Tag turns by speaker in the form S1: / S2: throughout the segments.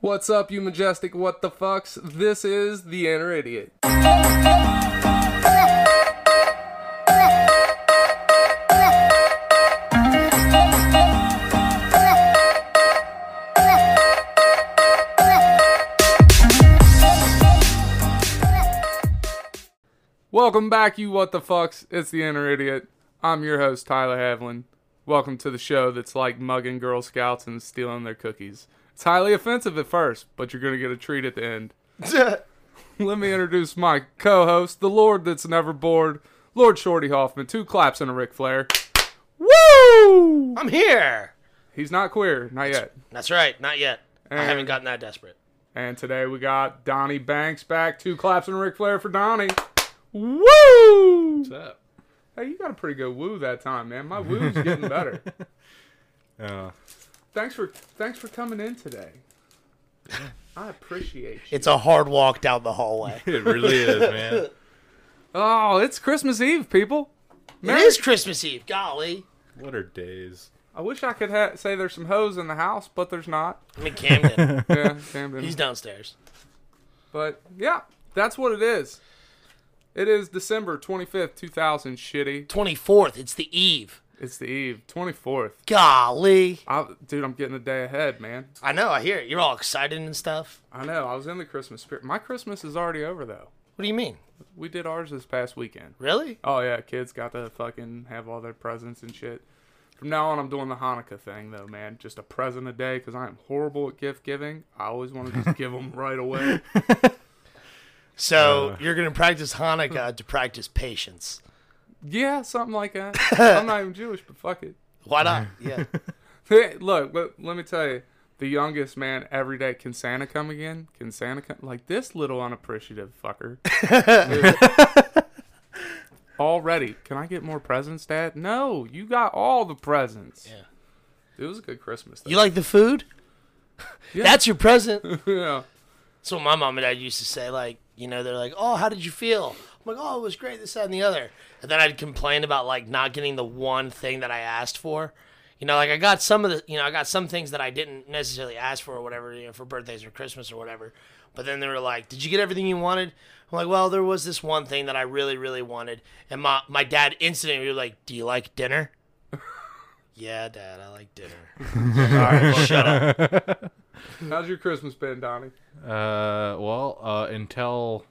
S1: What's up, you majestic what the fucks? This is the Inner Idiot. Welcome back, you what the fucks. It's the Inner Idiot. I'm your host, Tyler Havlin. Welcome to the show that's like mugging Girl Scouts and stealing their cookies. It's highly offensive at first, but you're going to get a treat at the end. Let me introduce my co host, the Lord that's never bored, Lord Shorty Hoffman. Two claps and a Ric Flair. Woo!
S2: I'm here.
S1: He's not queer, not yet.
S2: That's right. Not yet. I
S1: And-
S2: haven't gotten that desperate.
S1: And today we got Donnie Banks back. Two claps and a Ric Flair for Donnie. Woo!
S3: up?
S1: Hey, you got a pretty good woo that time, man. My woo's getting better.
S3: Oh,
S1: Thanks for thanks for coming in today. I appreciate you.
S2: It's a hard walk down the hallway.
S3: it really is, man.
S1: Oh, it's Christmas Eve, people.
S2: it is Christmas Eve. Golly.
S3: What are days?
S1: I wish I could ha- say there's some hoes in the house, but there's not.
S2: I'm in Camden.
S1: Yeah, Camden.
S2: He's downstairs.
S1: But yeah, that's what it is. It is December 25th, 2000. Shitty.
S2: 24th. It's the eve.
S1: It's the eve, 24th.
S2: Golly.
S1: I, dude, I'm getting a day ahead, man.
S2: I know. I hear it. You're all excited and stuff.
S1: I know. I was in the Christmas spirit. My Christmas is already over though.
S2: What do you mean?
S1: We did ours this past weekend.
S2: Really?
S1: Oh yeah, kids got to fucking have all their presents and shit. From now on, I'm doing the Hanukkah thing though, man. Just a present a day because I am horrible at gift giving. I always want to just give them right away.
S2: So you're going to practice Hanukkah to practice patience.
S1: Yeah, something like that. I'm not even Jewish, but fuck it.
S2: Why not? Yeah.
S1: Hey, look, let, let me tell you, the youngest man every day. Can Santa come again? Can Santa come? Like this little unappreciative fucker. Already, can I get more presents, Dad? No, you got all the presents.
S2: Yeah.
S1: It was a good Christmas. Though.
S2: You like the food? That's your present.
S1: yeah.
S2: That's what my mom and dad used to say. Like, you know, they're like, "Oh, how did you feel?" I'm like, "Oh, it was great. This, that, and the other." And then I'd complain about like not getting the one thing that I asked for. You know, like I got some of the, you know, I got some things that I didn't necessarily ask for or whatever, you know, for birthdays or Christmas or whatever. But then they were like, "Did you get everything you wanted?" I'm like, "Well, there was this one thing that I really, really wanted." And my my dad instantly was like, "Do you like dinner?" yeah, Dad, I like dinner. All right, well, shut up.
S1: How's your Christmas been, Donnie?
S3: Uh, well, uh, until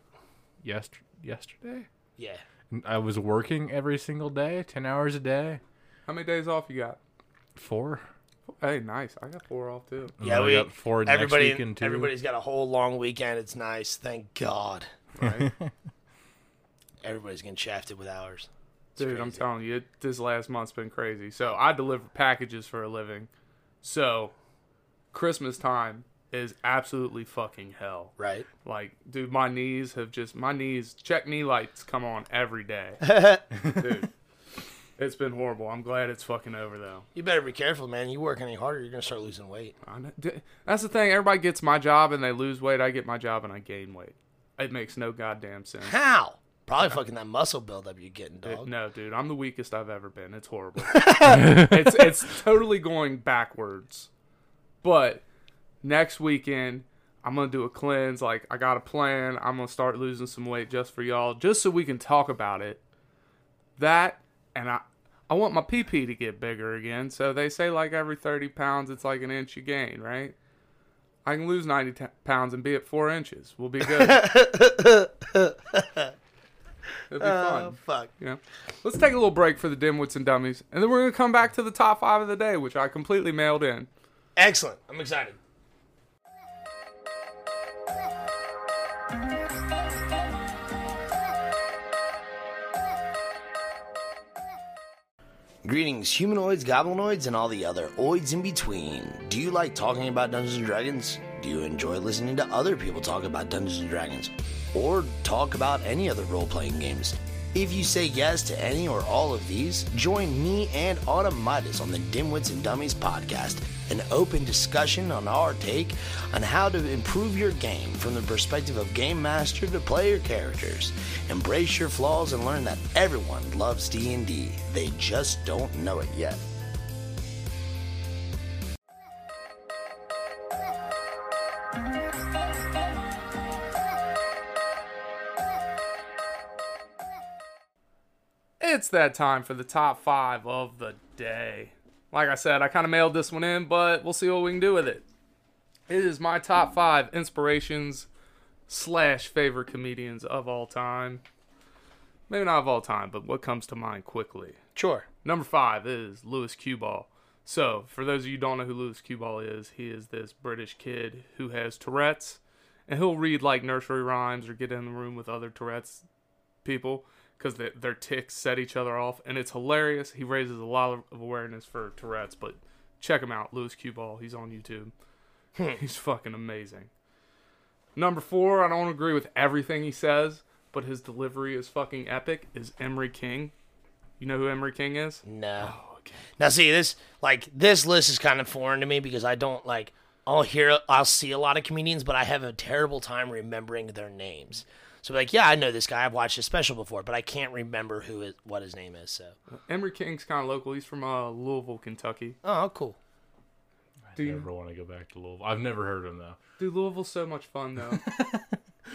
S3: yester- yesterday,
S2: Yeah.
S3: I was working every single day, ten hours a day,
S1: How many days off you got?
S3: four.
S1: Hey, nice. I got four off too.
S2: Yeah,
S3: I
S2: we
S3: got four next
S2: everybody,
S3: weekend, too.
S2: Everybody's got a whole long weekend. It's nice. Thank God.
S1: Right?
S2: Everybody's getting shafted with hours.
S1: Dude, I'm telling you, it, this last month's been crazy. So I deliver packages for a living. So Christmas time is absolutely fucking hell.
S2: Right.
S1: Like, dude, my knees have just my knees check knee lights come on every day. dude, it's been horrible. I'm glad it's fucking over though.
S2: You better be careful, man. You work any harder, you're gonna start losing weight.
S1: I know- d- That's the thing. Everybody gets my job and they lose weight. I get my job and I gain weight. It makes no goddamn sense.
S2: How? Probably fucking that muscle buildup you're getting, dog.
S1: No, dude, I'm the weakest I've ever been. It's horrible. it's it's totally going backwards. But next weekend, I'm gonna do a cleanse. Like I got a plan. I'm gonna start losing some weight just for y'all, just so we can talk about it. That and I, I want my PP to get bigger again. So they say like every 30 pounds, it's like an inch you gain, right? I can lose 90 t- pounds and be at four inches. We'll be good. It'll be fun.
S2: Oh, fuck.
S1: Yeah. Let's take a little break for the dimwits and dummies, and then we're gonna come back to the top five of the day, which I completely mailed in.
S2: Excellent. I'm excited. Greetings, humanoids, goblinoids, and all the other oids in between. Do you like talking about Dungeons and Dragons? Do you enjoy listening to other people talk about Dungeons and Dragons? Or talk about any other role playing games? If you say yes to any or all of these, join me and Automatus on the Dimwits and Dummies podcast, an open discussion on our take on how to improve your game from the perspective of game master to player characters. Embrace your flaws and learn that everyone loves D&D. They just don't know it yet.
S1: It's that time for the top five of the day. Like I said, I kind of mailed this one in, but we'll see what we can do with it. It is my top five inspirations slash favorite comedians of all time. Maybe not of all time, but what comes to mind quickly.
S4: Sure.
S1: Number five is Lewis Cuball. So, for those of you who don't know who Lewis Cuball is, he is this British kid who has Tourette's, and he'll read like nursery rhymes or get in the room with other Tourette's people because their ticks set each other off, and it's hilarious. He raises a lot of awareness for Tourette's, but check him out, Lewis Cuball. He's on YouTube.
S4: Hmm.
S1: He's fucking amazing. Number four, I don't agree with everything he says, but his delivery is fucking epic. Is Emery King? You know who Emery King is?
S4: No.
S1: okay.
S4: Oh, Now see this like this list is kind of foreign to me because I don't like I'll hear I'll see a lot of comedians, but I have a terrible time remembering their names. So like, yeah, I know this guy. I've watched his special before, but I can't remember who it, what his name is. So
S1: Emery King's kind of local. He's from uh, Louisville, Kentucky.
S4: oh, cool.
S1: Do
S3: I
S1: you-
S3: never want to go back to Louisville. I've never heard him though.
S1: Dude, Louisville's so much fun though.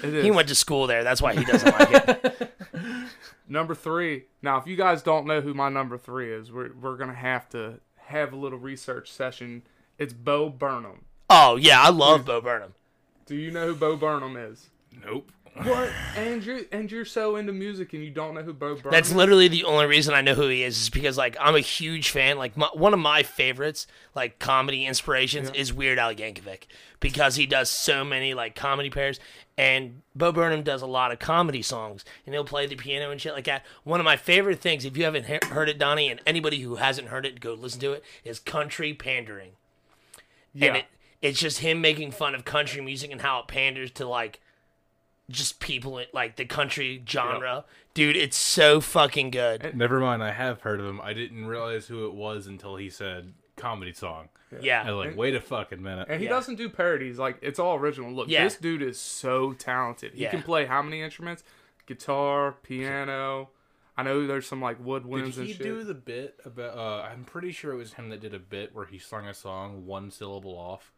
S1: it is.
S4: He went to school there. That's why he doesn't like it.
S1: number three. Now, if you guys don't know who my number three is, we're we're gonna have to have a little research session. It's Bo Burnham.
S4: Oh yeah, I love Bo Burnham.
S1: Do you know who Bo Burnham is?
S3: Nope.
S1: What? And you're and you're so into music and you don't know who Bo Burnham
S4: That's
S1: is?
S4: literally the only reason I know who he is, is because like I'm a huge fan. Like my, one of my favorites, like comedy inspirations, is Weird Al Yankovic because he does so many like comedy pairs, and Bo Burnham does a lot of comedy songs, and he'll play the piano and shit like that. One of my favorite things, if you haven't he- heard it, Donnie, and anybody who hasn't heard it, go listen to it, is country pandering,
S1: yeah.
S4: and it, it's just him making fun of country music and how it panders to like. Just people in, like the country genre, dude. It's so fucking good.
S3: Never mind. I have heard of him. I didn't realize who it was until he said comedy song.
S4: Yeah.
S3: I was like, wait a fucking minute.
S1: and he
S4: yeah.
S1: doesn't do parodies. Like it's all original. Look,
S4: Yeah.
S1: this dude is so talented. He
S4: Yeah.
S1: can play how many instruments? Guitar, piano. I know there's some like woodwinds
S3: Did
S1: and
S3: he
S1: shit.
S3: do the bit about? Uh, I'm pretty sure it was him that did a bit where he sung a song one syllable off,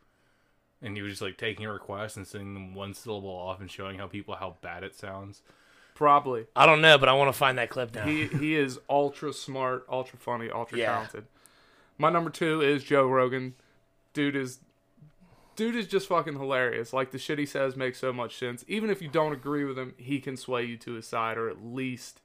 S3: and he was just like taking requests and singing them one syllable off and showing how people how bad it sounds.
S1: Probably.
S4: I don't know, but I want to find that clip now.
S1: he he is ultra smart, ultra funny, ultra
S4: Yeah.
S1: talented. My number two is Joe Rogan. Dude is dude is just fucking hilarious. Like the shit he says makes so much sense. Even if you don't agree with him, he can sway you to his side or at least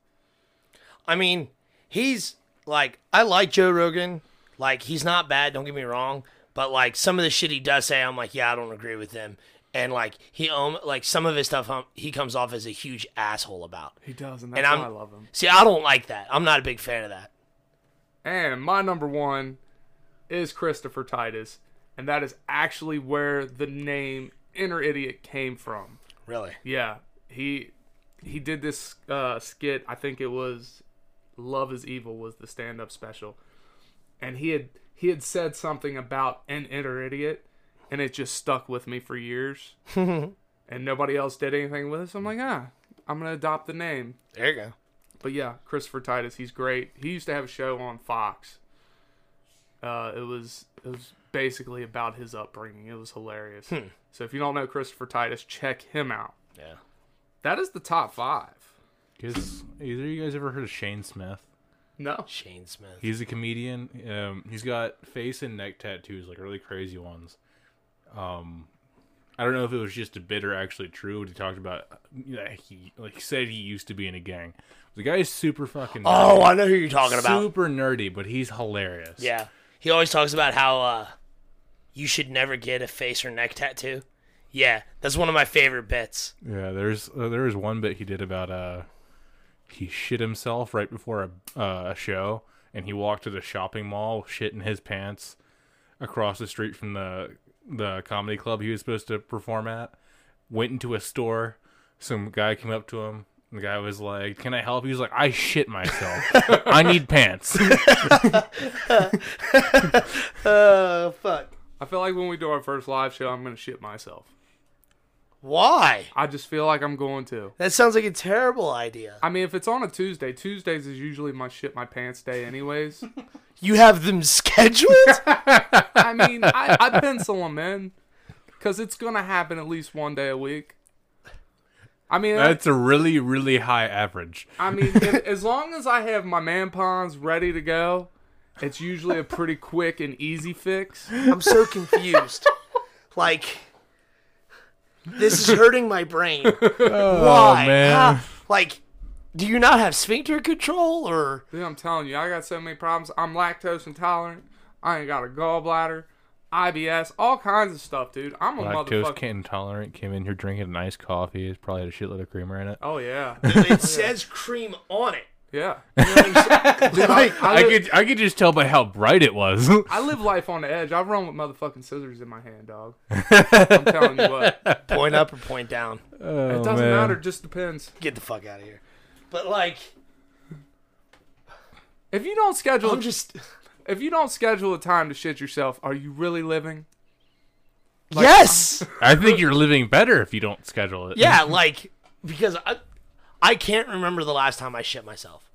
S4: I mean, he's like, I like Joe Rogan. Like, he's not bad, don't get me wrong. But, like, some of the shit he does say, I'm like, yeah, I don't agree with him. And, like, he, um, like, some of his stuff, um, he comes off as a huge asshole about.
S1: he does, and that's
S4: And
S1: why
S4: I'm,
S1: I love him.
S4: See, I don't like that. I'm not a big fan of that.
S1: And my number one is Christopher Titus, and that is actually where the name Inner Idiot came from.
S4: Really?
S1: Yeah, he he did this uh, skit. I think it was "Love Is Evil" was the stand-up special, and he had he had said something about an inner idiot, and it just stuck with me for years. and nobody else did anything with it, so I'm like, ah, I'm gonna adopt the name.
S4: There you go.
S1: But yeah, Christopher Titus, he's great. He used to have a show on Fox. Uh, it was it was basically about his upbringing. It was hilarious. So if you don't know Christopher Titus, check him out.
S4: Yeah.
S1: That is the top five.
S3: Is either of you guys ever heard of Shane Smith?
S1: No.
S4: Shane Smith.
S3: He's a comedian. Um, he's got face and neck tattoos, like really crazy ones. Um, I don't know if it was just a bit or actually true. But he talked about you know, he like he said he used to be in a gang. The guy is super fucking
S4: Oh, I know who you're talking about.
S3: super nerdy, but he's hilarious.
S4: Yeah. He always talks about how uh, you should never get a face or neck tattoo. Yeah, that's one of my favorite bits.
S3: Yeah, there's uh, there was one bit he did about uh he shit himself right before a uh, a show and he walked to the shopping mall shit in his pants across the street from the the comedy club he was supposed to perform at. Went into a store, some guy came up to him. The guy was like, "Can I help?" He was like, "I shit myself. I need pants."
S4: Oh, fuck.
S1: I feel like when we do our first live show, I'm going to shit myself.
S4: Why?
S1: I just feel like I'm going to.
S4: That sounds like a terrible idea.
S1: I mean, if it's on a Tuesday, Tuesdays is usually my shit my pants day, anyways.
S4: You have them scheduled?
S1: I mean, I, I pencil them in. because it's gonna happen at least one day a week. I mean,
S3: That's a really, really high average.
S1: I mean, if, as long as I have my man pawns ready to go, it's usually a pretty quick and easy fix.
S4: I'm so confused. like, this is hurting my brain. Why?
S3: man.
S4: How- like, do you not have sphincter control or
S1: Dude, I'm telling you, I got so many problems. I'm lactose intolerant. I ain't got a gallbladder, IBS, all kinds of stuff, dude. I'm a
S3: Lactose
S1: motherfucker.
S3: intolerant came in here drinking an iced coffee. It's probably had a shitload of creamer in it.
S1: Oh yeah,
S4: it says cream on it?
S1: yeah.
S3: I could, I could just tell by how bright it was.
S1: I live life on the edge. I run with motherfucking scissors in my hand, dog. I'm telling you what. It
S4: Point up or point down.
S3: Oh,
S1: doesn't matter. Just depends.
S4: Get the fuck out of here. But like,
S1: If you don't schedule,
S4: I'm just
S1: if you don't schedule a time to shit yourself, are you really living?
S4: yes,
S3: I think you're living better if you don't schedule it.
S4: yeah, like because I, I can't remember the last time I shit myself.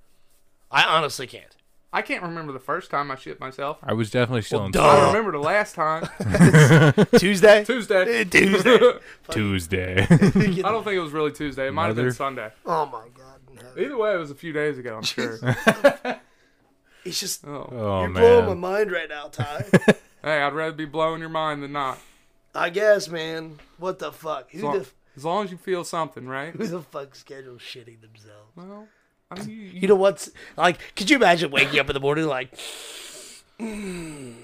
S4: I honestly can't.
S1: I can't remember the first time I shit myself.
S3: I was definitely still on
S1: I
S4: Duh.
S1: remember the last time
S4: Tuesday.
S1: Tuesday.
S4: Tuesday.
S3: Tuesday.
S1: I don't think it was really Tuesday. It might have been
S3: Mother-
S1: Sunday.
S4: Oh my god. no.
S1: Either way, it was a few days ago. I'm sure.
S4: It's just
S1: Oh.
S3: oh
S4: you're blowing my
S3: man.
S4: mind right now, Ty.
S1: Hey, I'd rather be blowing your mind than not.
S4: I guess, man. What the fuck? Who
S1: As long
S4: the
S1: as,
S4: f-
S1: long as you feel something, right?
S4: who the fuck schedules shitting themselves?
S1: Well, I mean, you,
S4: You know what's like? Could you imagine waking up in the morning like, "Mm,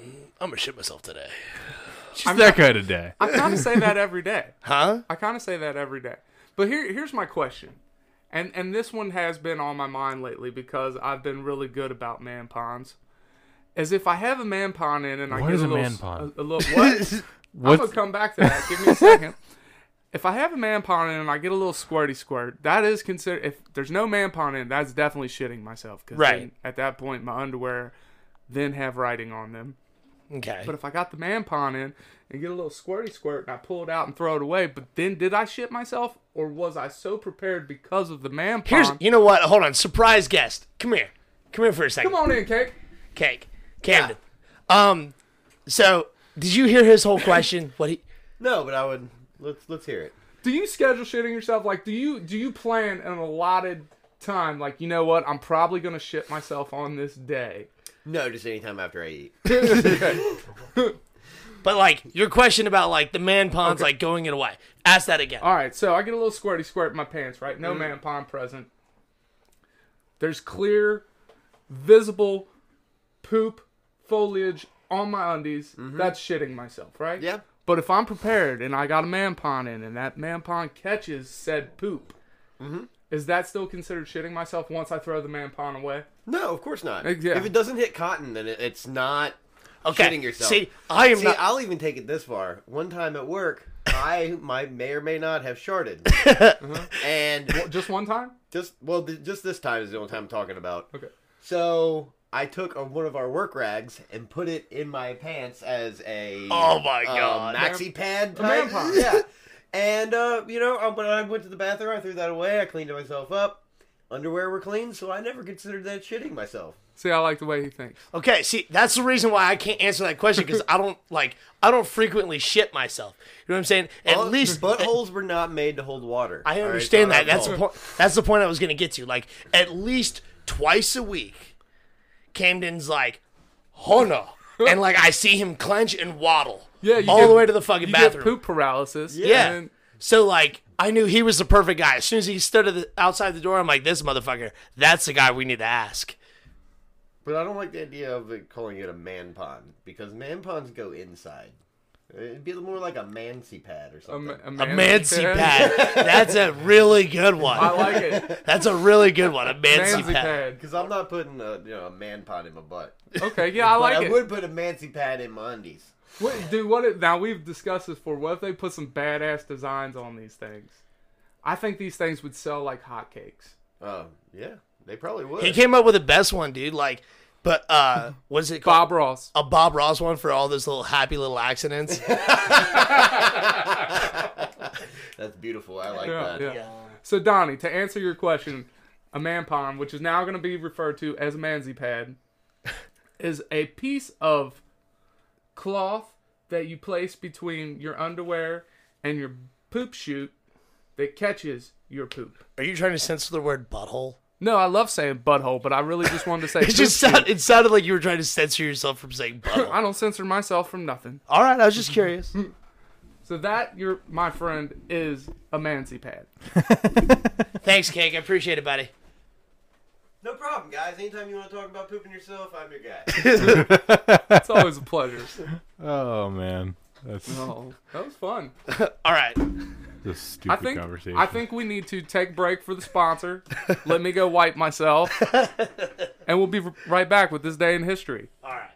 S4: I'm gonna shit myself today,
S3: Just that kind of day.
S1: I kind of say that every day.
S4: huh?
S1: I kind of say that every day. But here, here's my question, and and this one has been on my mind lately because I've been really good about man ponds. As if I have a man pond in and I
S3: What
S1: get
S3: is
S1: a,
S3: a
S1: little,
S3: man pond?
S1: A, a little what? I'm gonna
S3: What's
S1: come back to that. Give me a second. If I have a man pond in and I get a little squirty squirt, that is considered. If there's no man pond in, that's definitely shitting myself. 'cause
S4: Right.
S1: then at that point, my underwear then have writing on them.
S4: Okay.
S1: But if I got the man pond in and get a little squirty squirt and I pull it out and throw it away, but then did I shit myself or was I so prepared because of the man pond?
S4: Here's you know what? Hold on, surprise guest. Come here, come here for a second.
S1: Come on in, cake.
S4: cake, Camden. Um, so did you hear his whole question? what he?
S5: No, but I would. Let's let's hear it.
S1: Do you schedule shitting yourself? Like, do you do you plan an allotted time? Like, you know what? I'm probably gonna shit myself on this day.
S5: No, just anytime after I eat.
S4: But like your question about like the man ponds like going it away. Ask that again.
S1: All right, so I get a little squirty squirt in my pants, right?
S4: Mm-hmm.
S1: No man pond present. There's clear, visible poop foliage on my undies.
S4: Mm-hmm.
S1: That's shitting myself, right?
S5: Yeah.
S1: But if I'm prepared and I got a man pond in and that man pond catches said poop,
S4: Mm-hmm.
S1: is that still considered shitting myself once I throw the man pond away?
S5: No, of course not.
S1: Ex- yeah.
S5: If it doesn't hit cotton, then it, it's not
S4: Okay.
S5: shitting yourself.
S4: See, I am
S5: See,
S4: not.
S5: I'll even take it this far. One time at work, I my may or may not have sharded, Uh-huh. and
S1: Just one time?
S5: just well, th- just this time is the only time I'm talking about.
S1: Okay.
S5: So I took a, one of our work rags and put it in my pants as a
S4: Oh my
S5: uh,
S4: God.
S5: maxi pad
S1: man
S5: type.
S1: pond.
S5: yeah. And uh, you know, uh, when I went to the bathroom, I threw that away. I cleaned myself up. Underwear were clean, so I never considered that shitting myself.
S1: See, I like the way he thinks.
S4: Okay, see, that's the reason why I can't answer that question because I don't like I don't frequently shit myself. You know what I'm saying? At
S5: Well,
S4: least
S5: buttholes were not made to hold water.
S4: I
S5: Oh, All right,
S4: understand that.
S5: it's not our
S4: That's the
S5: fault.
S4: point. That's the point I was gonna get to. Like, at least twice a week, Camden's like, "Oh no," and like I see him clench and waddle.
S1: Yeah, you
S4: all
S1: get-
S4: the way to the fucking
S1: you
S4: bathroom.
S1: Get poop paralysis.
S4: Yeah.
S1: and-
S4: so like I knew he was the perfect guy. As soon as he stood at the, outside the door, I'm like, "This motherfucker. That's the guy we need to ask."
S5: But I don't like the idea of it calling it a man pond because man ponds go inside. It'd be more like a mancy pad or
S1: a,
S5: something.
S1: ma- a
S4: A
S1: man-
S4: Mancy pad. That's a really good one.
S1: I like it.
S4: That's a really good one. A Mancy
S1: Manzy
S4: pad.
S1: pad.
S5: Because I'm not putting a you know a man pond in my butt.
S1: Okay, yeah, I
S5: But
S1: like
S5: I
S1: it.
S5: would put a mancy pad in my undies.
S1: What, dude, what? If, now we've discussed this before. What if they put some badass designs on these things? I think these things would sell like hotcakes.
S5: Oh yeah, they probably would.
S4: He came up with the best one, dude. Like, but uh, what is it called?
S1: Bob Ross.
S4: A Bob Ross one for all those little happy little accidents.
S5: That's beautiful. I like
S1: Yeah,
S5: that.
S1: yeah. So Donnie, to answer your question, a man pond, which is now going to be referred to as a manzy pad, is a piece of cloth that you place between your underwear and your poop chute that catches your poop.
S4: Are you trying to censor the word butthole?
S1: No, I love saying butthole, but I really just wanted to say.
S4: It just
S1: poop chute.
S4: sound, it sounded like you were trying to censor yourself from saying butthole.
S1: I don't censor myself from nothing.
S4: All right, I was just curious.
S1: So that, your my friend, is a mancy pad.
S4: Thanks, Cake. I appreciate it, buddy.
S5: No problem, guys. Anytime you want to talk about pooping yourself, I'm your guy.
S1: It's always a pleasure.
S3: Oh man, that's
S1: Oh, that was fun.
S4: All right.
S3: a
S1: I
S3: stupid
S1: think
S3: conversation.
S1: I think we need to take break for the sponsor. Let me go wipe myself, and we'll be r- right back with this day in history.
S4: All right.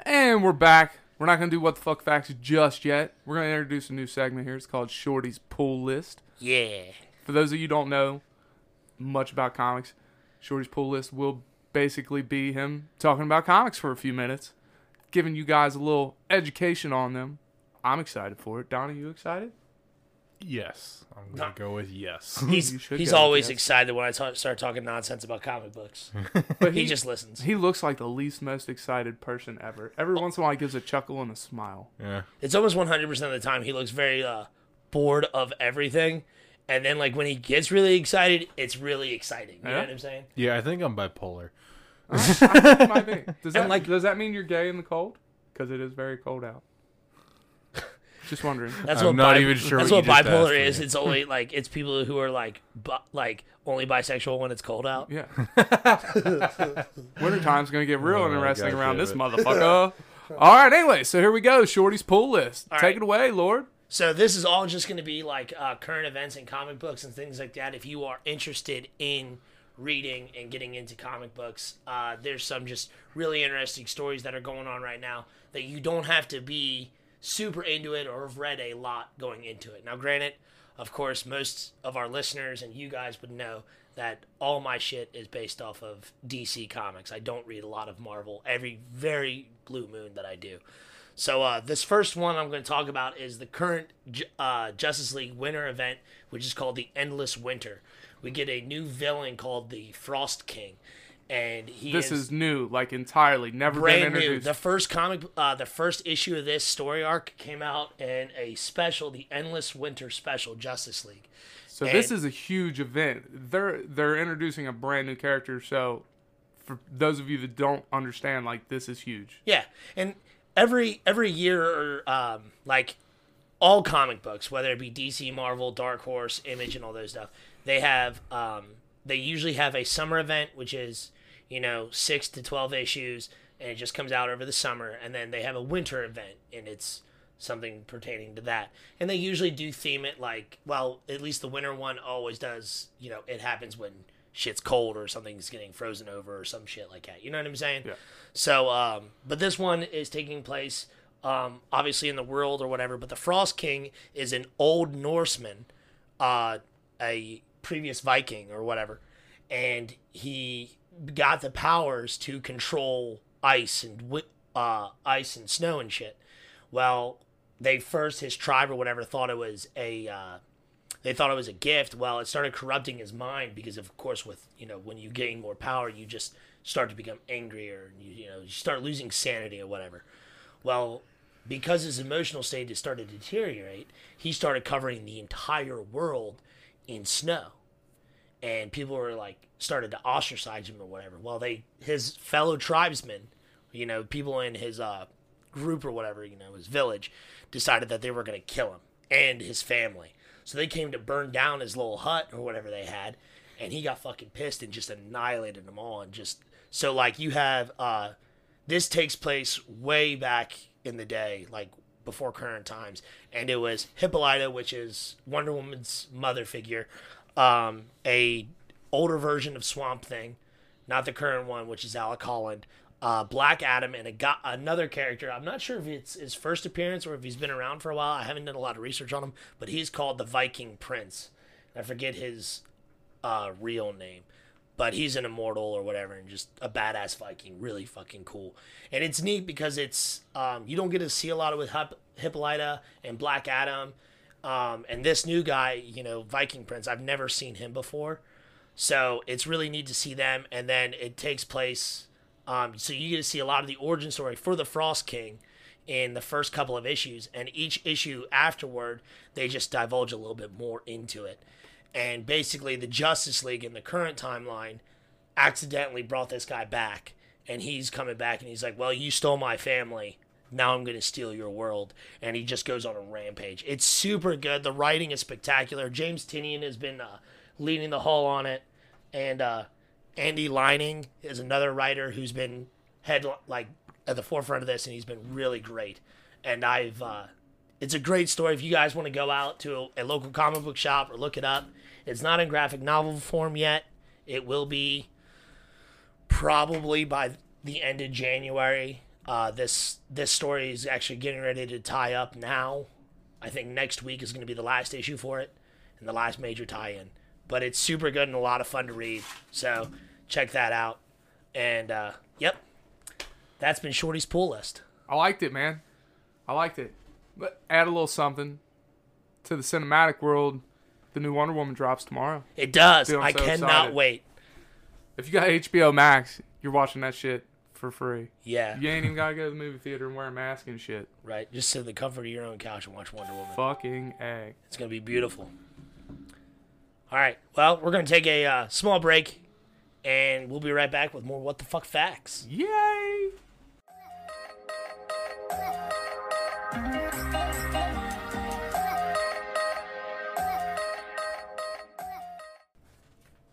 S1: And we're back. We're not gonna do what the fuck facts just yet. We're gonna introduce a new segment here. It's called Shorty's Pull List.
S4: Yeah.
S1: For those of you who don't know much about comics, Shorty's Pull List will basically be him talking about comics for a few minutes, giving you guys a little education on them. I'm excited for it. Donnie, you excited?
S3: yes, I'm gonna go with yes.
S1: You
S4: He's
S1: should
S4: he's
S1: go,
S4: always
S1: yes.
S4: excited when I ta- start talking nonsense about comic books.
S1: But
S4: He just listens.
S1: He looks like the least most excited person ever. Every once in a while, he gives a chuckle and a smile.
S3: yeah,
S4: It's almost 100% of the time he looks very uh, bored of everything. And then, like, when he gets really excited, it's really exciting. You know
S1: Yeah.
S4: what I'm saying?
S3: yeah, I think I'm bipolar.
S1: Might be. Does that
S4: like-
S1: does that mean you're gay in the cold? Because it is very cold out. Just wondering.
S4: That's
S3: I'm
S4: what
S3: not
S4: bi-
S3: even sure
S4: That's
S3: what
S4: what,
S3: you just asked
S4: bipolar
S3: me.
S4: is. It's only like it's people who are like, bi- like only bisexual when it's cold out.
S1: Yeah. Wintertime's gonna get real
S3: Oh,
S1: interesting
S3: God
S1: around
S3: damn
S1: this
S3: it.
S1: motherfucker. All right. Anyway, so here we go. Shorty's pull list. Take
S4: right.
S1: it away, Lord.
S4: So this is all just going to be like uh, current events and comic books and things like that. If you are interested in reading and getting into comic books, uh, there's some just really interesting stories that are going on right now that you don't have to be super into it or have read a lot going into it. Now, granted, of course, most of our listeners and you guys would know that all my shit is based off of DC comics. I don't read a lot of Marvel. Every very blue moon that I do. So uh, this first one I'm going to talk about is the current Ju- uh, Justice League winter event, which is called the Endless Winter. We get a new villain called the Frost King, and he
S1: This is new, like entirely. Never been
S4: brand new.
S1: introduced.
S4: The first comic, uh, the first issue of this story arc came out in a special, the Endless Winter Special Justice League.
S1: So this
S4: And-
S1: is a huge event. They're they're introducing a brand new character. So for those of you that don't understand, like this is huge.
S4: Yeah, and every every year, or um, like all comic books, whether it be DC, Marvel, Dark Horse, Image, and all those stuff, they have um, they usually have a summer event, which is you know six to twelve issues, and it just comes out over the summer, and then they have a winter event, and it's something pertaining to that, and they usually do theme it like well, at least the winter one always does. You know, it happens when shit's cold or something's getting frozen over or some shit like that. You know what I'm saying?
S1: Yeah.
S4: So, um, but this one is taking place um, obviously in the world or whatever. But the Frost King is an old Norseman, uh, a previous Viking or whatever, and he got the powers to control ice and wi- uh, ice and snow and shit. Well, they first his tribe or whatever thought it was a uh, they thought it was a gift. Well, it started corrupting his mind because, of course, with you know when you gain more power, you just start to become angrier and you you know you start losing sanity or whatever. Well, because his emotional state had started to deteriorate, he started covering the entire world in snow, and people were like started to ostracize him or whatever. Well, they his fellow tribesmen, you know, people in his uh, group or whatever, you know, his village, decided that they were going to kill him and his family. So they came to burn down his little hut or whatever they had, and he got fucking pissed and just annihilated them all. And just so like you have, uh, this takes place way back in the day, like before current times, and it was Hippolyta, which is Wonder Woman's mother figure, um, a older version of Swamp Thing, not the current one, which is Alec Holland. Uh, Black Adam and a go- another character. I'm not sure if it's his first appearance or if he's been around for a while. I haven't done a lot of research on him, but he's called the Viking Prince. I forget his uh, real name, but he's an immortal or whatever, and just a badass Viking, really fucking cool. And it's neat because it's um, you don't get to see a lot of with Hip- Hippolyta and Black Adam Um, and this new guy, you know, Viking Prince, I've never seen him before. So it's really neat to see them. And then it takes place. Um, so you get to see a lot of the origin story for the Frost King in the first couple of issues. And each issue afterward, they just divulge a little bit more into it. And basically, the Justice League in the current timeline accidentally brought this guy back and he's coming back and he's like well you stole my family now i'm going to steal your world and he just goes on a rampage it's super good the writing is spectacular james tinian has been uh, leading the haul on it and uh, andy lining is another writer who's been head like at the forefront of this and he's been really great and i've uh, it's a great story if you guys want to go out to a, a local comic book shop or look it up it's not in graphic novel form yet it will be probably by the end of January. Uh, this this story is actually getting ready to tie up now. I think next week is going to be the last issue for it and the last major tie-in. But it's super good and a lot of fun to read. So check that out. And uh, yep, that's been Shorty's pool list.
S1: I liked it, man. I liked it. But add a little something to the cinematic world. The new Wonder Woman drops tomorrow.
S4: It does.
S1: Dude, I'm
S4: I
S1: so
S4: cannot
S1: excited.
S4: wait.
S1: If you got HBO Max, you're watching that shit for free.
S4: Yeah,
S1: You ain't even gotta go to the movie theater and wear a mask and shit.
S4: right. Just sit in the comfort of your own couch and watch Wonder Woman.
S1: Fucking egg.
S4: It's going to be beautiful. All right. Well, we're going to take a uh, small break, and we'll be right back with more What the Fuck Facts.
S1: Yay!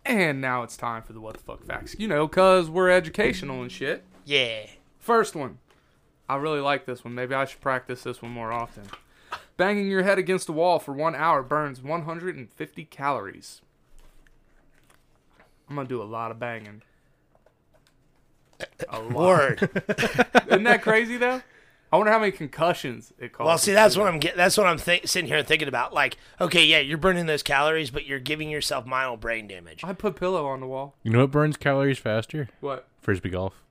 S1: And now it's time for the what the fuck facts. You know, cause we're educational and shit.
S4: Yeah.
S1: First one. I really like this one. Maybe I should practice this one more often. Banging your head against a wall for one hour burns 150 calories. I'm gonna do a lot of banging. A lot.
S4: Word.
S1: Isn't that crazy though? I wonder how many concussions it causes.
S4: well, see, that's what I'm get. That's what I'm th- sitting here thinking about. Like, okay, yeah, you're burning those calories, but you're giving yourself mild brain damage.
S1: I put pillow on the wall.
S3: You know what burns calories faster?
S1: What?
S3: Frisbee golf.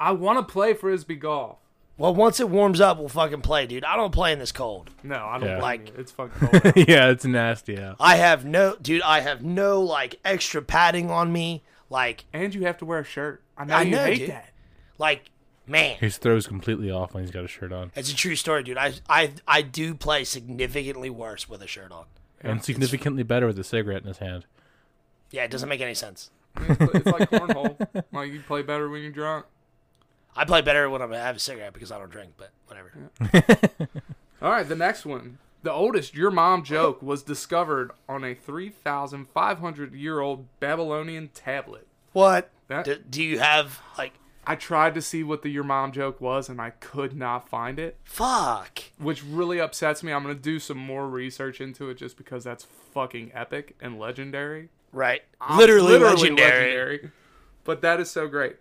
S1: I want to play frisbee golf.
S4: Well, once it warms up, we'll fucking play, dude. I don't play in this cold.
S1: No, I don't like.
S3: Yeah.
S4: Like-
S1: It. It's fucking cold. out.
S3: yeah, it's nasty. Yeah.
S4: I have no, dude. I have no like extra padding on me. Like,
S1: and you have to wear a shirt. I know
S4: I
S1: you
S4: know,
S1: hate
S4: dude.
S1: that.
S4: like, man.
S3: His throw's completely off when he's got a shirt on.
S4: It's a true story, dude. I I I do play significantly worse with a shirt on.
S3: And significantly better with a cigarette in his hand.
S4: Yeah, it doesn't make any sense.
S1: It's, it's like cornhole. Like you play better when you're drunk.
S4: I play better when I'm, I have a cigarette because I don't drink, but whatever.
S1: All right, the next one. The oldest your mom joke was discovered on a 3,500 year old Babylonian tablet.
S4: What?
S1: That-
S4: Do, do you have, like,
S1: I tried to see what the your mom joke was and I could not find it,
S4: fuck?
S1: which really upsets me. I'm going to do some more research into it just because that's fucking epic and legendary.
S4: Right. Literally, legendary.
S1: But that is so great.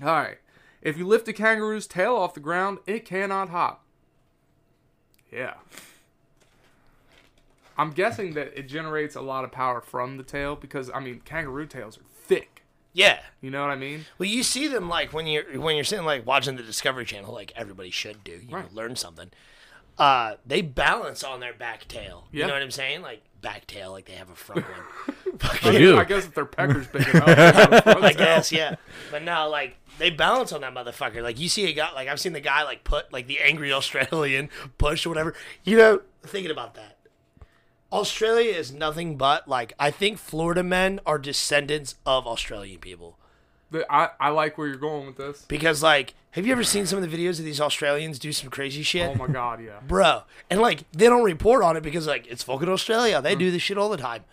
S1: All right. If you lift a kangaroo's tail off the ground, it cannot hop. Yeah. I'm guessing that it generates a lot of power from the tail because I mean kangaroo tails are thick.
S4: Yeah.
S1: You know what I mean?
S4: Well, you see them, like, when you're, when you're sitting, like, watching the Discovery Channel, like everybody should do, you know,
S1: Right.
S4: learn something. Uh, they balance on their back tail.
S1: Yeah.
S4: You know what I'm saying? Like, back tail, like they have a front one.
S3: They do.
S1: I guess if their peckers big enough. it's not a
S4: I guess, yeah. But now, like, they balance on that motherfucker. Like, you see a guy, like, I've seen the guy, like, put, like, the angry Australian push or whatever. You know, thinking about that. Australia is nothing but, like, I think Florida men are descendants of Australian people.
S1: problem. I, I like where you're going with this.
S4: Because, like, have you ever seen some of the videos of these Australians do some crazy shit?
S1: Oh my god, yeah.
S4: Bro. And, like, they don't report on it because, like, it's fucking Australia. They do this shit all the time.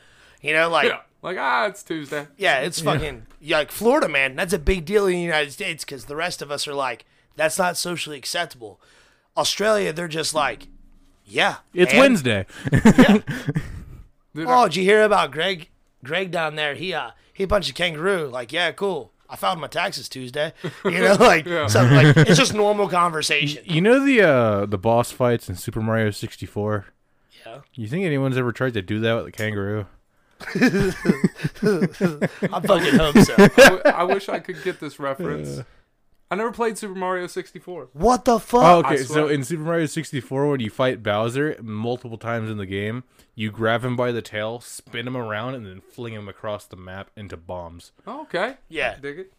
S4: You know, like,
S1: Hmm. Yeah. Like ah, it's Tuesday.
S4: Yeah, it's fucking yeah. like Florida, man. That's a big deal in the United States because the rest of us are like, that's not socially acceptable. Australia, they're just like, yeah,
S3: It's
S4: and-
S3: Wednesday.
S1: Dude,
S4: Oh, did you hear about Greg? Greg down there, he uh, he punched a kangaroo. Like, yeah, cool. I filed my taxes Tuesday. You know, like something like it's just normal conversation.
S3: you know the uh, the boss fights in Super Mario 64?
S4: Yeah.
S3: You think anyone's ever tried to do that with a kangaroo?
S4: I fucking hope so.
S1: I, w- I wish I could get this reference. I never played Super Mario 64.
S2: What the fuck?
S3: Oh, okay.
S1: I
S3: So
S1: swear.
S3: in Super Mario 64, when you fight Bowser multiple times in the game, you grab him by the tail, spin him around, and then fling him across the map into bombs.
S1: Oh, okay.
S4: Yeah.
S1: Dig it.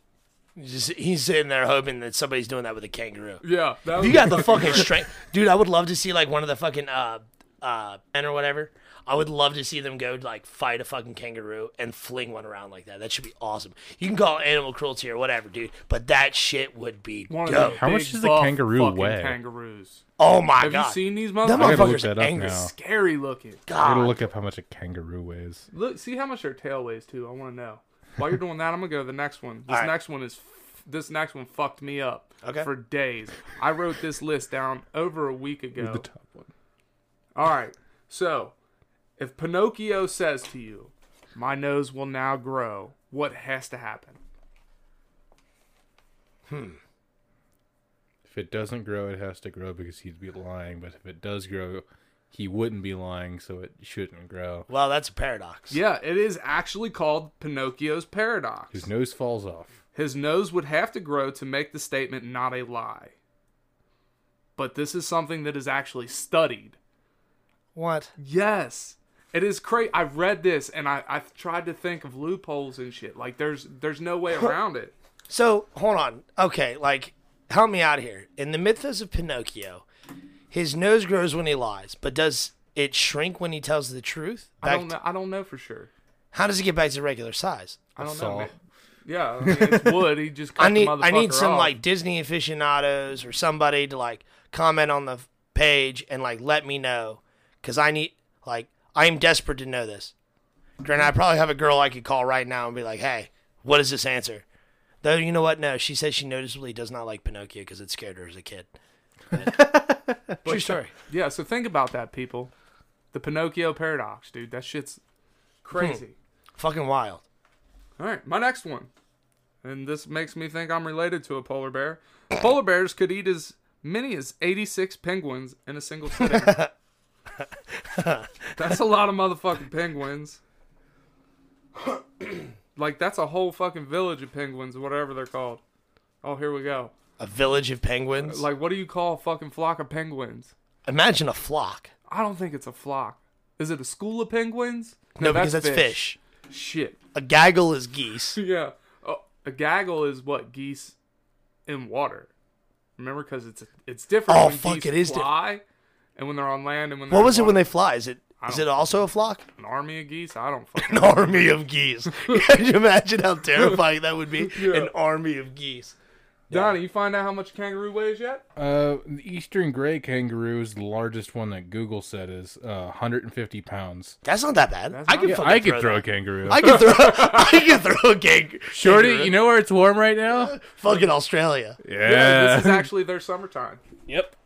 S4: He's, just, he's sitting there hoping that somebody's doing that with a kangaroo.
S1: Yeah. That was,
S4: You got the fucking strength, dude. I would love to see like one of the fucking uh uh men or whatever. I would love to see them go like fight a fucking kangaroo and fling one around like that. That should be awesome. You can call it animal cruelty or whatever, dude, but that shit would be
S1: one of
S4: dope.
S1: the
S3: How much
S1: big
S3: does a
S1: buff
S3: kangaroo
S1: fucking
S3: weigh?
S1: Kangaroos.
S4: oh my
S1: Have
S4: god,
S1: you seen these
S4: That
S1: motherfuckers?
S3: gotta look
S4: motherfucker's
S3: that up
S4: angry.
S3: now.
S1: Scary looking.
S3: I'm
S4: God.
S3: gonna look up how much a kangaroo weighs.
S1: Look, see how much their tail weighs too. I want to know. While you're doing that, I'm gonna go to the next one. This
S4: Alright.
S1: next one is, this next one fucked me up
S4: Okay.
S1: for days. I wrote this list down over a week ago.
S3: The top one.
S1: All right, so if Pinocchio says to you, "My nose will now grow," what has to happen?
S3: If it doesn't grow, it has to grow because he'd be lying. But if it does grow, he wouldn't be lying, so it shouldn't grow.
S4: Well, that's a paradox.
S1: Yeah, it is actually called Pinocchio's paradox.
S3: His nose falls off.
S1: His nose would have to grow to make the statement not a lie. But this is something that is actually studied.
S4: What?
S1: Yes. It is crazy. I've read this and I, I've tried to think of loopholes and shit. Like there's there's no way around it.
S4: So hold on. Okay, like help me out here. In the mythos of Pinocchio, his nose grows when he lies, but does it shrink when he tells the truth?
S1: I don't
S4: Back to-
S1: know. I don't know for sure.
S4: How does it get back to regular size?
S1: I don't know.
S3: saw.
S1: Man. Yeah, I mean, it's wood. He just cut
S4: I need
S1: the
S4: I need
S1: motherfucker
S4: some
S1: off.
S4: like Disney aficionados or somebody to like comment on the page and like let me know because I need like I am desperate to know this. Grant, I probably have a girl I could call right now and be like, "Hey, what is this answer?" Though you know what? No, she says she noticeably does not like Pinocchio because it scared her as a kid. True story.
S1: Yeah, so think about that, people. The Pinocchio paradox, dude. That shit's
S4: Hmm.
S1: crazy.
S4: Fucking wild.
S1: All right, my next one. And this makes me think I'm related to a polar bear. Polar bears could eat as many as 86 penguins in a single sitting. that's a lot of motherfucking penguins. like, that's a whole fucking village of penguins, whatever they're called. Oh, here we go.
S4: A village of penguins. Like
S1: Like, what do you call a fucking flock of penguins?
S4: imagine a flock.
S1: I don't think it's a flock. Is it a school of penguins?
S4: No, because that's fish.
S1: Shit.
S4: A gaggle is geese.
S1: Yeah. Oh, a gaggle is what geese in water. Remember, because it's it's different.
S4: Oh,
S1: when
S4: fuck,
S1: geese
S4: it is different.
S1: fly, and when they're on land, and when they're
S4: What was
S1: in
S4: it when
S1: water.
S4: they fly? Is it is it also a flock?
S1: an army of geese? I don't fucking.
S4: an army of geese. Can you imagine how terrifying that would be? An army of geese.
S1: Donnie, you find out how much kangaroo weighs yet?
S3: Uh, the eastern gray kangaroo is the largest one that Google said is uh, 150 pounds.
S4: That's not that bad.
S1: That's
S4: I
S1: not
S4: could
S1: bad.
S4: fucking
S3: I could
S4: throw,
S3: throw a
S4: that.
S3: kangaroo.
S4: I could throw. I could throw a gang.
S3: Shorty,
S4: kangaroo.
S3: you know where it's warm right now?
S4: fucking Australia.
S3: Yeah.
S1: Yeah, this is actually their summertime.
S3: yep.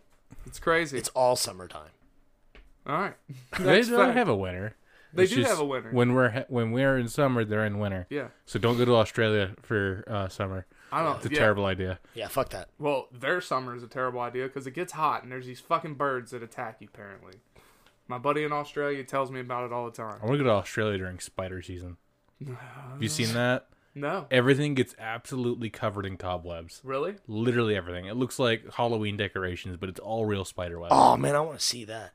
S1: It's crazy.
S4: It's all summertime.
S1: All right.
S3: They
S1: Next
S3: don't
S1: fact.
S3: have a winter.
S1: They do have a winter.
S3: When we're ha- when we're in summer, they're in winter.
S1: Yeah.
S3: So don't go to Australia for uh, summer.
S1: I don't.
S3: It's a
S1: yeah.
S3: terrible idea.
S4: Yeah, fuck that.
S1: Well, their summer is a terrible idea because it gets hot and there's these fucking birds that attack you. Apparently, my buddy in Australia tells me about it all the time.
S3: I want to go to Australia during spider season. Have you seen that?
S1: No,
S3: Everything gets absolutely covered in cobwebs.
S1: really?
S3: Literally everything. It looks like Halloween decorations, but it's all real spider webs.
S4: Oh man, I want to see that.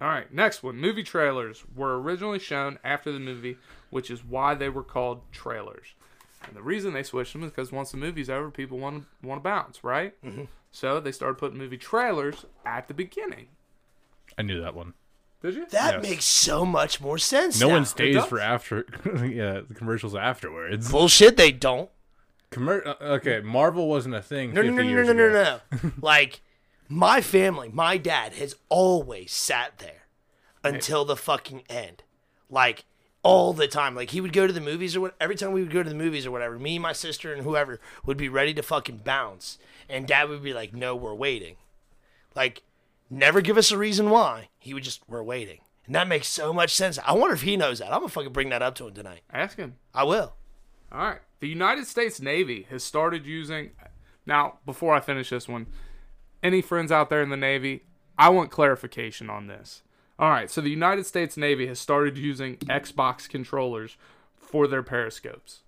S1: All right, next one. Movie trailers were originally shown after the movie, which is why they were called trailers. And the reason they switched them is because once the movie's over, people want to want to bounce, right? Mm-hmm. So they started putting movie trailers at the beginning.
S3: I knew that one.
S1: Did you?
S3: Yes.
S4: That makes so much more sense.
S3: No
S4: now.
S3: one stays
S1: does.
S3: for after yeah, the commercials afterwards.
S4: bullshit. They don't.
S3: Commer- uh, okay, Marvel wasn't a thing.
S4: No,
S3: 50
S4: no, no, no,
S3: years
S4: no, no,
S3: ago.
S4: no. like my family, my dad has always sat there until the fucking end. Like all the time. Like he would go to the movies or what every time we would go to the movies or whatever, me, my sister and whoever would be ready to fucking bounce and dad would be like, "No, we're waiting." Like never give us a reason why. He would just, "We're waiting." And that makes so much sense. I wonder if he knows that. I'm gonna fucking bring that up to him tonight.
S1: Ask him.
S4: I will.
S1: All right. The United States Navy has started using. Now, before I finish this one, any friends out there in the Navy, I want clarification on this. All right. So, the United States Navy has started using Xbox controllers for their periscopes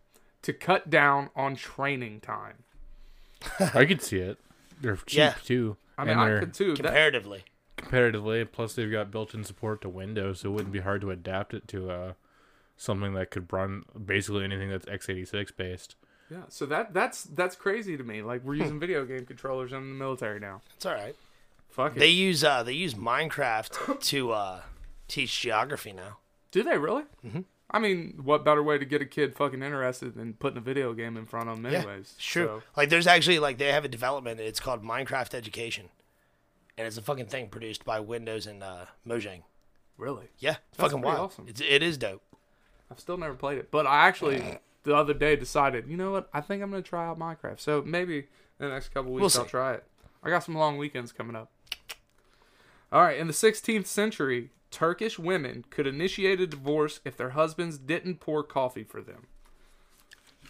S1: to cut down on training time.
S3: I could see it. They're cheap
S4: Yeah.
S3: too.
S1: I mean,
S3: and
S1: I
S3: they're
S1: could too. That,
S4: comparatively.
S3: comparatively, plus they've got built-in support to Windows, so it wouldn't be hard to adapt it to uh, something that could run basically anything that's x86 based.
S1: yeah. So that that's that's crazy to me. Like we're using video game controllers in the military now.
S4: It's all right.
S1: Fuck it.
S4: They use uh they use Minecraft to uh teach geography now.
S1: Do they really? Mm-hmm. I mean, what better way to get a kid fucking interested than putting a video game in front of them, anyways?
S4: it's true.
S1: So,
S4: Like there's actually like they have a development. It's called Minecraft Education, and it's a fucking thing produced by Windows and uh, Mojang.
S1: really,
S4: Yeah, it's
S1: That's
S4: fucking
S1: pretty
S4: wild.
S1: awesome.
S4: It's, it is dope.
S1: I've still never played it, but I actually the other day decided, you know what? I think I'm gonna try out Minecraft. So maybe in the next couple weeks
S4: see.
S1: I'll try it. I got some long weekends coming up. All right, in the 16th century, Turkish women could initiate a divorce if their husbands didn't pour coffee for them.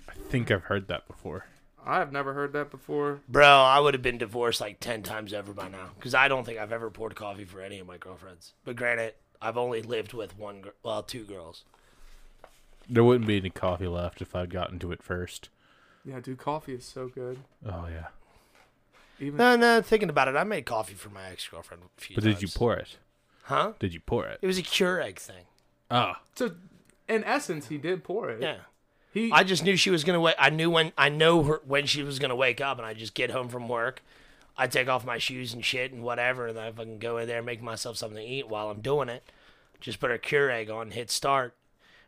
S3: I think I've heard that before.
S1: I have never heard that before.
S4: Bro, I would have been divorced like 10 times over by now because I don't think I've ever poured coffee for any of my girlfriends. But granted, I've only lived with one, gr- well, two girls.
S3: There wouldn't be any coffee left if I'd gotten to it first.
S1: Yeah, dude, coffee is so good.
S3: Oh yeah,
S1: Even
S4: No, no, thinking about it, I made coffee for my ex girlfriend a few
S3: but
S4: times.
S3: did you pour it?
S4: Huh?
S3: Did you pour it?
S4: It was a Keurig thing.
S3: Ah,
S1: so, in essence, he did pour it.
S4: Yeah.
S1: He
S4: I just knew she was going to wake I knew when, I know her when she was going to wake up and I just get home from work. I take off my shoes and shit and whatever and I fucking go in there and make myself something to eat while I'm doing it. Just put her Keurig on, hit start.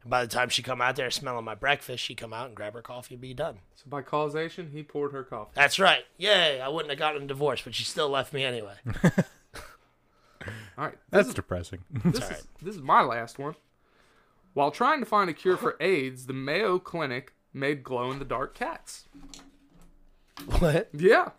S4: And by the time she come out there smelling my breakfast, she come out and grab her coffee and be done.
S1: so by causation, he poured her coffee.
S4: That's right. Yay, I wouldn't have gotten divorced, but she still left me anyway.
S1: All right,
S3: that's depressing.
S1: This is, this is my last one. While trying to find a cure for AIDS, the Mayo Clinic made glow in the dark cats.
S4: what?
S1: Yeah,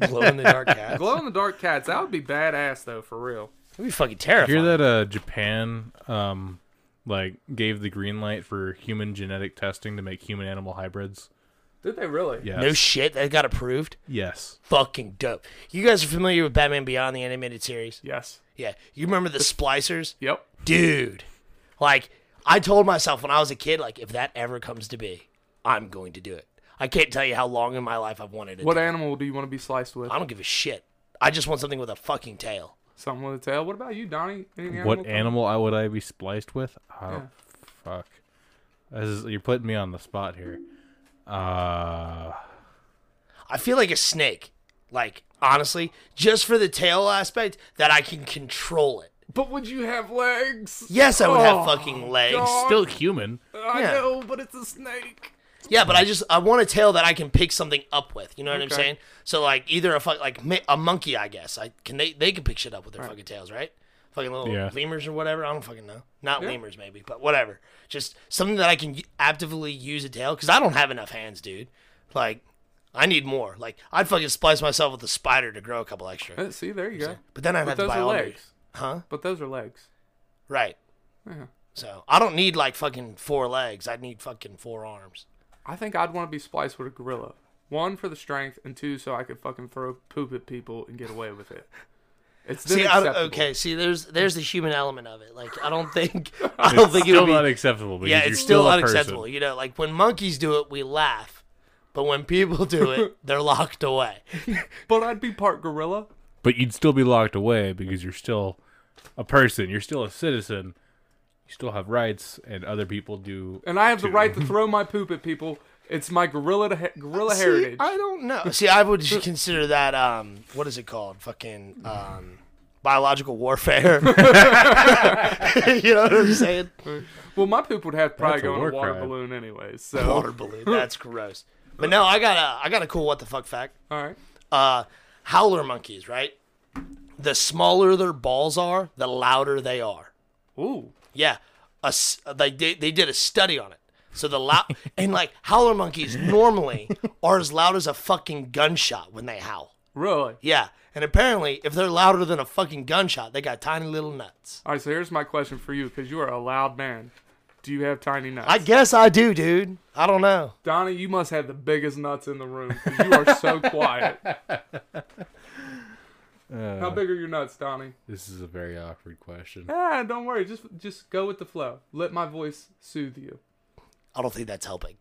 S4: Glow in the dark cat?
S1: glow in the dark cats. That would be badass though, for real.
S4: That'd be fucking
S3: Hear
S4: terrifying.
S3: that? Uh, Japan, um, like gave the green light for human genetic testing to make human animal hybrids.
S1: Did they really?
S3: Yes.
S4: No shit, that got approved.
S3: yes.
S4: Fucking dope. You guys are familiar with Batman Beyond the animated series?
S1: Yes.
S4: Yeah. You remember the splicers?
S1: Yep.
S4: Dude. Like, I told myself when I was a kid, like, if that ever comes to be, I'm going to do it. I can't tell you how long in my life I've wanted it.
S1: What animal do you want to be sliced with?
S4: I don't give a shit. I just want something with a fucking tail.
S1: Something with a tail. What about you, Donnie? Any animal?
S3: What animal I would I be spliced with? Oh, fuck. This is, you're putting me on the spot here. Uh,
S4: I feel like a snake. Like, honestly, just for the tail aspect, that I can control it.
S1: But would you have legs?
S4: Yes, I would
S1: Oh,
S4: have fucking legs.
S1: God.
S3: still human.
S1: I
S4: Yeah.
S1: know, but it's a snake.
S4: Yeah, but I just I want a tail that I can pick something up with. You know what I'm
S1: Okay.
S4: saying? So like either a fuck like mi- a monkey, I guess. I can they they can pick shit up with their fucking tails, right? Fucking little
S3: Yeah.
S4: lemurs or whatever. I don't fucking know. Not
S1: Yeah.
S4: lemurs, maybe, but whatever. Just something that I can y- actively use a tail because I don't have enough hands, dude. Like I need more. Like I'd fucking splice myself with a spider to grow a couple extra.
S1: Uh, See, there you go.
S4: But then I'd
S1: But
S4: have to
S1: those
S4: buy
S1: are
S4: all new-
S1: legs. Uh-huh.
S4: Huh?
S1: But those are legs.
S4: Right.
S1: Yeah.
S4: So I don't need like fucking four legs. I need fucking four arms.
S1: I think I'd want to be spliced with a gorilla. One for the strength, and two so I could fucking throw poop at people and get away with it. It's then
S4: See, I,
S1: acceptable.
S4: okay. See, there's there's the human element of it. Like, I don't think I don't think it'll
S3: Still
S4: be.
S3: not acceptable. Because
S4: yeah,
S3: you're
S4: it's still,
S3: a
S4: unacceptable.
S3: person.
S4: You know, like when monkeys do it, we laugh, but when people do it, they're locked away.
S1: but I'd be part gorilla.
S3: But you'd still be locked away because you're still a person. You're still a citizen. You still have rights, and other people do.
S1: And I have the
S3: too.
S1: right to throw my poop at people. It's my gorilla to he- gorilla heritage.
S4: I don't know. See, I would just consider that um, what is it called? Fucking um, biological warfare. you know what I'm saying?
S1: well, my poop would have to probably
S3: That's a
S1: go in
S3: war
S1: a water
S3: crime.
S1: balloon anyways. So
S4: Water balloon. That's gross. But no, I got a I got a cool what the fuck fact.
S1: all right,
S4: uh, howler monkeys, right? The smaller their balls are, the louder they are.
S1: ooh,
S4: Yeah, a s they did, they did a study on it. So the loud and like howler monkeys normally are as loud as a fucking gunshot when they howl.
S1: really?
S4: Yeah, and apparently if they're louder than a fucking gunshot, they got tiny little nuts.
S1: All right. So here's my question for you, because you are a loud man. Do you have tiny nuts?
S4: I guess I do, dude. I don't know.
S1: Donnie, you must have the biggest nuts in the room. 'cause You are so quiet. How big are your nuts, Donnie?
S3: This is a very awkward question.
S1: Ah, don't worry. Just just go with the flow. Let my voice soothe you.
S4: I don't think that's helping.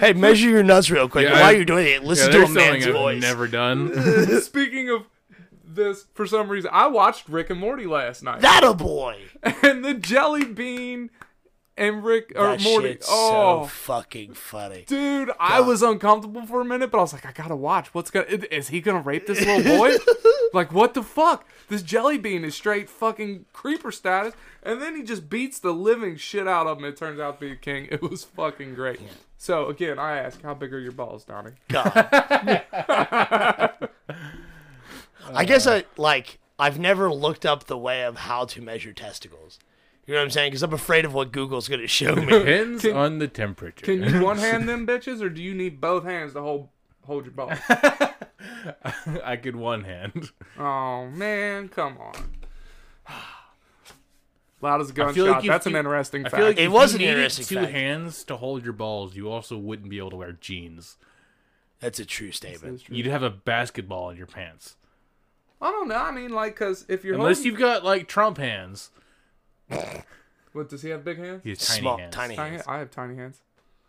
S2: Hey, measure your nuts real quick.
S3: Yeah,
S2: While
S3: I-
S2: you're doing it,
S3: Yeah,
S2: listen to
S3: there's
S2: a man's
S3: something I've
S2: voice.
S3: never done.
S1: Speaking of this, for some reason, I watched Rick and Morty last night,
S4: that a boy.
S1: and the jelly bean and Rick or
S4: That
S1: Morty.
S4: shit's
S1: oh,
S4: so fucking funny.
S1: dude, I was uncomfortable for a minute, but I was like, I gotta watch. What's gonna is- is he gonna rape this little boy? like, what the fuck? This jelly bean is straight fucking creeper status, and then he just beats the living shit out of him. It turns out to be a king. It was fucking great. So again, I ask, how big are your balls, Donnie?
S4: God. I guess I like I've never looked up the way of how to measure testicles. You know what I'm saying? Because I'm afraid of what Google's going to show me.
S3: Depends on the temperature.
S1: Can you one hand them bitches, or do you need both hands to hold hold your balls?
S3: I could one hand.
S1: Oh man, come on. Loud as a
S3: I feel like
S1: gunshot.
S3: you-
S1: That's an
S3: you-
S1: interesting
S3: I
S1: fact.
S3: feel like
S4: It
S3: if
S4: was
S3: you
S4: an
S3: needed
S4: interesting
S3: two
S4: fact.
S3: hands to hold your balls, you also wouldn't be able to wear jeans.
S4: That's a true statement.
S3: You'd have a basketball in your pants.
S1: I don't know. I mean, like, cause if you're
S3: Unless
S1: holding-
S3: you've got like Trump hands.
S1: what does he have? Big hands.
S3: He has tiny
S4: Small,
S3: hands.
S4: tiny
S1: Tiny,
S4: hands.
S1: I have tiny hands.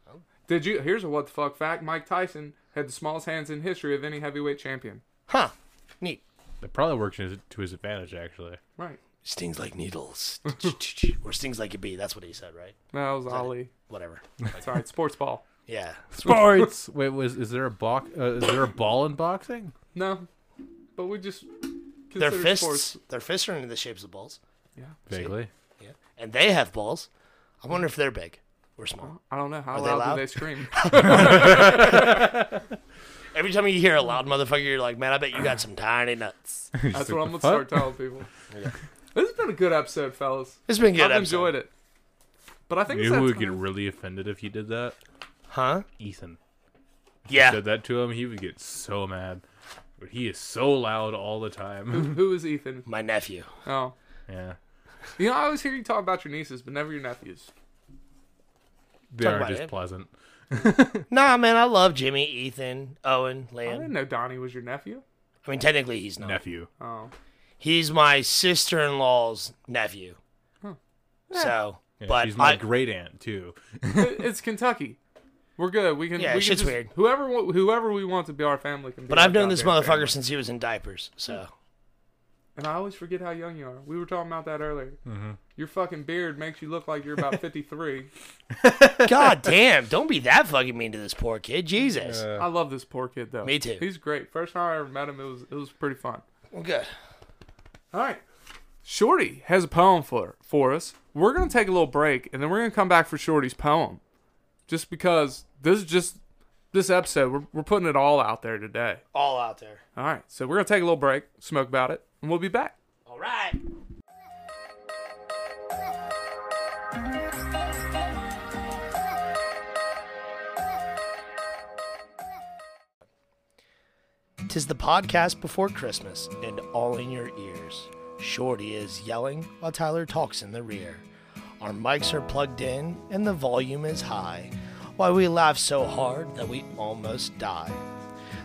S4: Oh.
S1: Did you? Here's a what the fuck fact. Mike Tyson had the smallest hands in history of any heavyweight champion.
S4: Huh? Neat.
S3: That probably works in his- to his advantage actually.
S1: Right.
S4: Stings like needles, or stings like a bee. That's what he said, right?
S1: No, that was Ali.
S4: Whatever.
S1: Sorry, it's sports ball.
S4: Yeah.
S3: Sports. Wait, was is there a box? Uh, is there a ball in boxing?
S1: No, but we just consider
S4: Their fists.
S1: Sports.
S4: Their fists are in the shapes of balls.
S3: Vaguely.
S4: Yeah. And they have balls. I wonder if they're big or small.
S1: I don't know how
S4: they
S1: loud,
S4: loud?
S1: do they scream.
S4: Every time you hear a loud motherfucker, you're like, man, I bet you got some tiny nuts.
S1: That's what I'm gonna
S3: fuck?
S1: start telling people. This has been a good episode, fellas.
S4: It's been a good.
S1: I've
S4: episode.
S1: enjoyed it. But I think
S3: You
S1: it's
S3: know
S1: that
S3: who would
S1: time.
S3: get really offended if you did that?
S4: Huh?
S3: Ethan.
S4: Yeah.
S3: Said that to him, he would get so mad. But he is so loud all the time.
S1: Who is Ethan?
S4: My nephew.
S1: Oh.
S3: yeah.
S1: You know, I always hear you talk about your nieces, but never your nephews.
S3: They
S4: Talk
S3: are
S4: about
S3: just
S4: it.
S3: pleasant.
S4: Nah, man, I love Jimmy, Ethan, Owen,
S1: I didn't
S4: Liam.
S1: know Donnie was your nephew.
S4: I mean, technically, he's not.
S3: Nephew.
S1: Oh.
S4: He's my sister-in-law's nephew. So,
S3: Yeah,
S4: but
S3: she's my
S4: I-
S3: great aunt too.
S1: It- it's Kentucky. We're good. We can.
S4: Yeah,
S1: we can
S4: shit's
S1: just-
S4: weird.
S1: Whoever wa- whoever we want to be our family can. Be
S4: but
S1: our
S4: I've known this
S1: goddamn
S4: motherfucker
S1: family.
S4: since he was in diapers. So,
S1: And I always forget how young you are. We were talking about that earlier. Your fucking beard makes you look like you're about 53.
S4: god damn, don't be that fucking mean to this poor kid, Jesus.
S1: I love this poor kid though.
S4: Me too.
S1: He's great. First time I ever met him, it was it was pretty fun.
S4: well, good.
S1: All right. Shorty has a poem for for us. We're gonna take a little break, and then we're gonna come back for Shorty's poem, just because this is just this episode. We're we're putting it all out there today.
S4: All out there.
S1: All right. So we're gonna take a little break, smoke about it, and we'll be back.
S4: All right. Tis the podcast before Christmas and all in your ears. Shorty is yelling while Tyler talks in the rear. Our mics are plugged in and the volume is high. Why we laugh so hard that we almost die.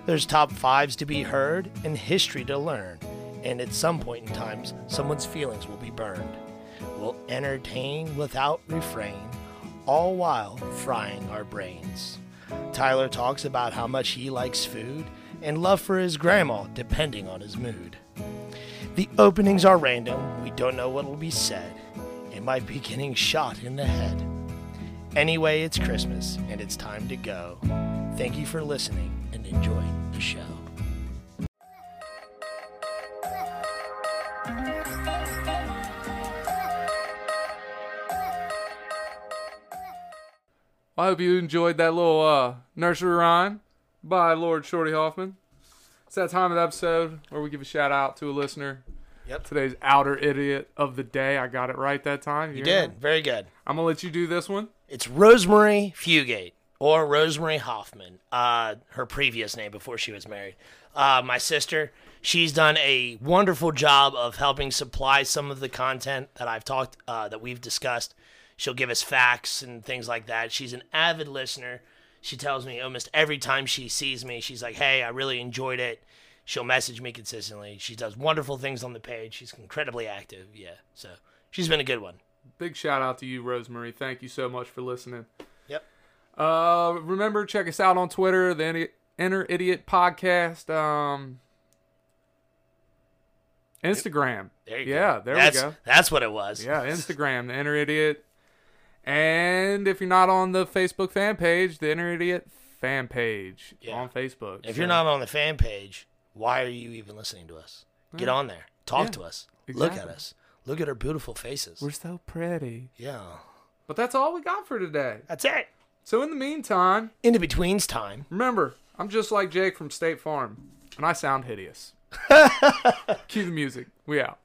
S4: There's top fives to be heard and history to learn. And at some point in time, someone's feelings will be burned. We'll entertain without refrain, all while frying our brains. Tyler talks about how much he likes food and love for his grandma, depending on his mood. The openings are random, we don't know what'll be said. It might be getting shot in the head. Anyway, it's Christmas and it's time to go. Thank you for listening and enjoying the show.
S1: I hope you enjoyed that little uh, nursery rhyme by Lord Shorty Hoffman. It's that time of the episode where we give a shout out to a listener.
S4: Yep.
S1: Today's outer idiot of the day. I got it right that time.
S4: You
S1: hear
S4: did.
S1: me?
S4: Very good.
S1: I'm gonna let you do this one.
S4: It's Rosemary Fugate or Rosemary Hoffman, uh, her previous name before she was married. Uh, my sister, she's done a wonderful job of helping supply some of the content that I've talked uh, that we've discussed. She'll give us facts and things like that. She's an avid listener. She tells me almost every time she sees me, she's like, "Hey, I really enjoyed it." She'll message me consistently. She does wonderful things on the page. She's incredibly active. Yeah, so she's been a good one.
S1: big shout out to you, Rosemary. Thank you so much for listening.
S4: Yep.
S1: Uh, remember, check us out on Twitter, the Idi- Inner Idiot Podcast. Um, Instagram.
S4: There you
S1: yeah,
S4: go.
S1: there
S4: that's,
S1: we go.
S4: That's what it was.
S1: Yeah, Instagram, the Inner Idiot. And if you're not on the Facebook fan page, the Inner Idiot fan page
S4: Yeah.
S1: on Facebook.
S4: If
S1: So-
S4: you're not on the fan page, why are you even listening to us? Get on there. Talk
S1: Yeah.
S4: to us. Look at
S1: Exactly.
S4: us. Look at our beautiful faces.
S1: we're so pretty.
S4: yeah.
S1: But that's all we got for today.
S4: That's it.
S1: So in the meantime,
S4: Into betweens time.
S1: remember, I'm just like Jake from State Farm, and I sound hideous. Cue the music. We out.